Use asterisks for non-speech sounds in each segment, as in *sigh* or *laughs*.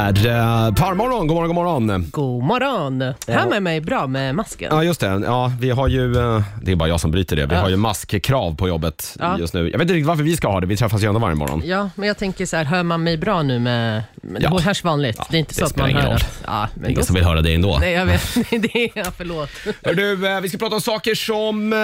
Är, eh, Parmorgon, god morgon, god morgon. God morgon! Här med mig bra med masken. Ja, just det. Ja, vi har ju, eh, det är bara jag som bryter det. Vi Ja. har ju maskkrav på jobbet Ja. just nu. Jag vet inte riktigt varför vi ska ha det. Vi träffas ju ändå varje morgon. Ja, men jag tänker så här, hör man mig bra nu med... med Ja. Det hörs vanligt. det är inte det så att spelar man ingen hör roll. att... Ja, men Ingen då- som vill höra det ändå. Nej, jag vet. *laughs* det är, ja, förlåt. Hör du, eh, vi ska prata om saker som eh,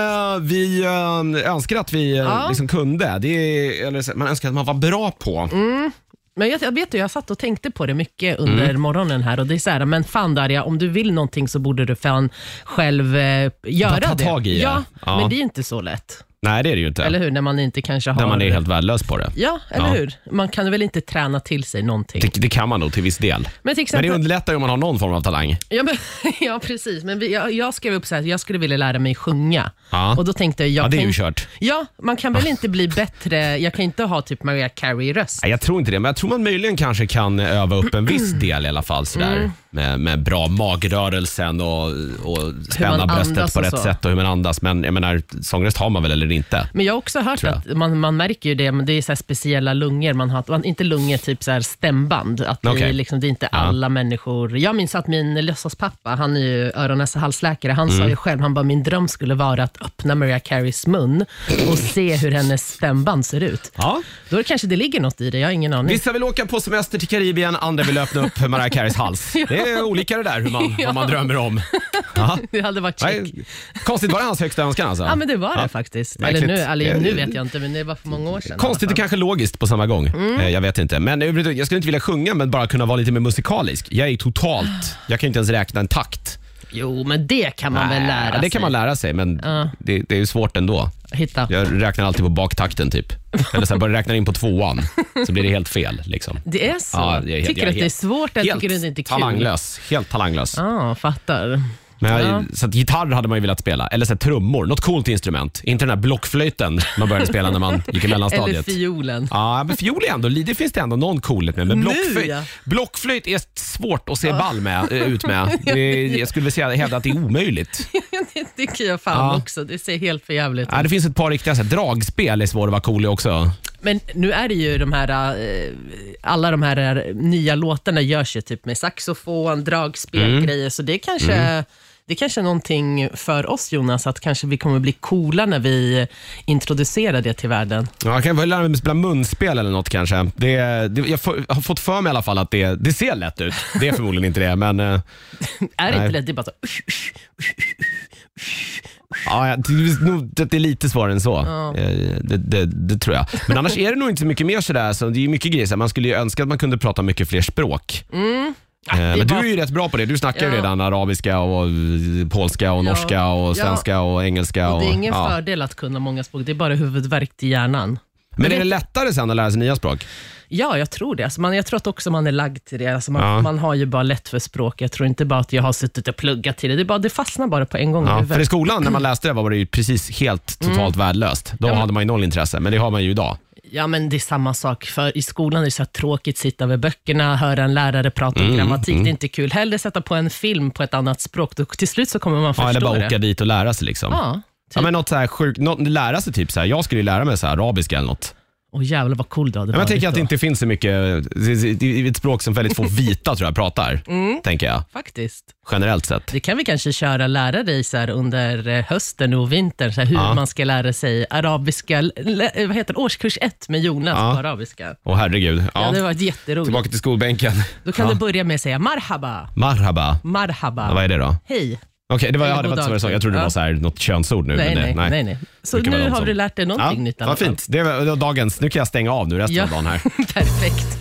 vi eh, önskar att vi eh, Ja. liksom kunde. Det är, eller, så- man önskar att man var bra på. Mm. Men jag, jag vet ju, jag satt och tänkte på det mycket under Mm. morgonen här och det är så här, men fan Darja, om du vill någonting så borde du fan själv eh, göra ta det. tag i det. Ja, Ja. men det är ju inte så lätt. Nej, det är det ju inte. Eller hur? När man inte kanske har... När man är helt värdelös på det. Ja, eller Ja. hur? Man kan väl inte träna till sig någonting. Det, det kan man nog till viss del. Men till Men exempel... det underlättar ju om man har någon form av talang. Ja, men, *laughs* ja precis. Men vi, jag, jag skrev upp så här, att jag skulle vilja lära mig sjunga. Ja. Och då tänkte jag, jag Ja, det är kan ju inte- kört. Ja, man kan väl inte bli bättre. Jag kan inte ha typ Mariah Carey-röst. Nej, jag tror inte det, men jag tror man möjligen kanske kan eh, öva upp en viss Mm. del i alla fall sådär. Med, med bra magrörelsen och, och spänna man bröstet andas på och rätt så. sätt och hur man andas. Men jag menar, sångröst har man väl eller inte? Men jag har också hört Tror jag. att man, man märker ju det, men det är så här speciella lungor man har. Man, inte lungor, typ så här stämband. Att det, Okej. är liksom, det är inte alla människor. Jag minns att min låtsaspappa, han är ju öron näsa halsläkare, han Mm. sa ju själv, han bara, min dröm skulle vara att öppna Mariah Careys mun och se hur hennes stämband ser ut. Ja. Då är det kanske det ligger något i det, jag har ingen aning. Vissa vill åka på semester till Karibien, andra vill öppna upp Mariah Careys *laughs* hals. Det är olika det där hur man, vad man drömmer om. *laughs* Ja. Det hade varit check. Nej, konstigt, var det hans högsta önskan alltså? Ja, men det var det Ja. faktiskt. Märkligt. Eller nu, eller, Eh, nu vet jag inte, men det var för många år sedan. Konstigt och i alla kanske logiskt på samma gång. Mm. Eh, Jag vet inte. Men överhuvudtaget, jag skulle inte vilja sjunga, men bara kunna vara lite mer musikalisk. Jag är totalt... Jag kan inte ens räkna en takt. fall. Jo, men det kan man väl Ja, lära Äh, det sig. kan man lära sig, men det, det är ju svårt ändå. Hitta. Jag räknar alltid på baktakten typ. Eller så här, bara räknar in på tvåan, så blir det helt fel. Liksom. Det är så? Ja, det är helt- tycker jag du är att det är helt- svårt? Eller tycker du att det inte är kul? talanglös. Helt talanglös. Ja, fattar. Men jag, Ja. Så att gitarr hade man ju velat spela, eller så här, trummor. Något coolt instrument. Inte den här blockflöjten man började spela när man gick i *laughs* Eller mellanstadiet. fiolen. Ja, men fiol är ändå, det finns det ändå någon coolhet med. Men Nu, blockflöjt, ja. blockflöjt är svårt att se ball med, eh, ut med. *laughs* Det, jag skulle vilja säga, hävda att det är omöjligt. *laughs* det tycker jag fan Ja. också. Det ser helt för jävligt ut. Ja, det finns ett par riktiga så här, dragspel är svårt att vara cool i också. Men nu är det ju de här, eh, alla de här eh, nya låtarna görs ju typ med saxofon, dragspel, grejer, Mm. så det är kanske Det är kanske är någonting för oss Jonas, att kanske vi kommer bli coola när vi introducerar det till världen. Ja, jag kan väl lära mig spela munspel eller något kanske. Det, det, jag får- har fått för mig i alla fall att det, det ser lätt ut. Det är förmodligen inte det, men eh, Är det Nej. inte lätt? Det är bara så, usch, usch. ja, jag- det, är nog- det är lite svårare än så. Eh, Det, det, det tror jag. Men annars är det nog inte så mycket mer sådär. Så det är ju mycket grejer. så här, Man skulle ju önska att man kunde prata mycket fler språk. Eh, Mm. det är Men du bara- är ju rätt bra på det. Du snackar ju Ja. redan arabiska, och eh, polska, och Ja. norska, Ja. och svenska och engelska. Och det är ingen ja. fördel att kunna många språk, det är bara huvudvärk till hjärnan. Men är det lättare sen att lära sig nya språk? Ja, jag tror det. Alltså man, jag tror att också man är lagd till det. Alltså man, Ja. man har ju bara lätt för språk. Jag tror inte bara att jag har suttit och pluggat till det. Det, är bara, det fastnar bara på en gång i Ja, huvudet. för i skolan när man läste det var det ju precis helt Mm. totalt värdelöst. Då hade man ju noll intresse, men det har man ju idag. Ja, men det är samma sak. För I skolan är det så här tråkigt att sitta vid böckerna, höra en lärare prata om Mm, grammatik. Det är inte kul. Hellre sätta på en film på ett annat språk. Då, till slut så kommer man förstå Ja, eller bara det. åka dit och lära sig. Liksom. Ja, typ. Ja, men något så här sjukt, något, lära sig typ så här. jag skulle ju lära mig så här, arabiska eller något. Åh, jävlar vad cool du hade Men jag tänker att det då. inte finns så mycket, det det- det är ett språk som *laughs* väldigt få vita tror jag pratar, Mm. tänker jag, Faktiskt. generellt sett. Det kan vi kanske köra lära dig så här under eh, hösten och vintern, så här hur Ja. man ska lära sig arabiska, lä- eh, vad heter det, årskurs ett med Jonas Ja. på arabiska. Åh herregud. Ja. Ja. det var jätteroligt. Tillbaka till skolbänken. Då kan Ja. du börja med att säga marhaba, Marhaba, marhaba, ja, vad är det då? hej. Okej, det var, ja, Eller det var inte god så dag. jag sa. Jag trodde det var Ja. så här, något könsord nu. Nej men det, nej, nej, nej, Så Brukar vara nu de har som- du lärt dig någonting nytt i alla vad fall. fint. Det var, det var dagens, nu kan jag stänga av nu resten Ja. av dagen här. *laughs* Perfekt.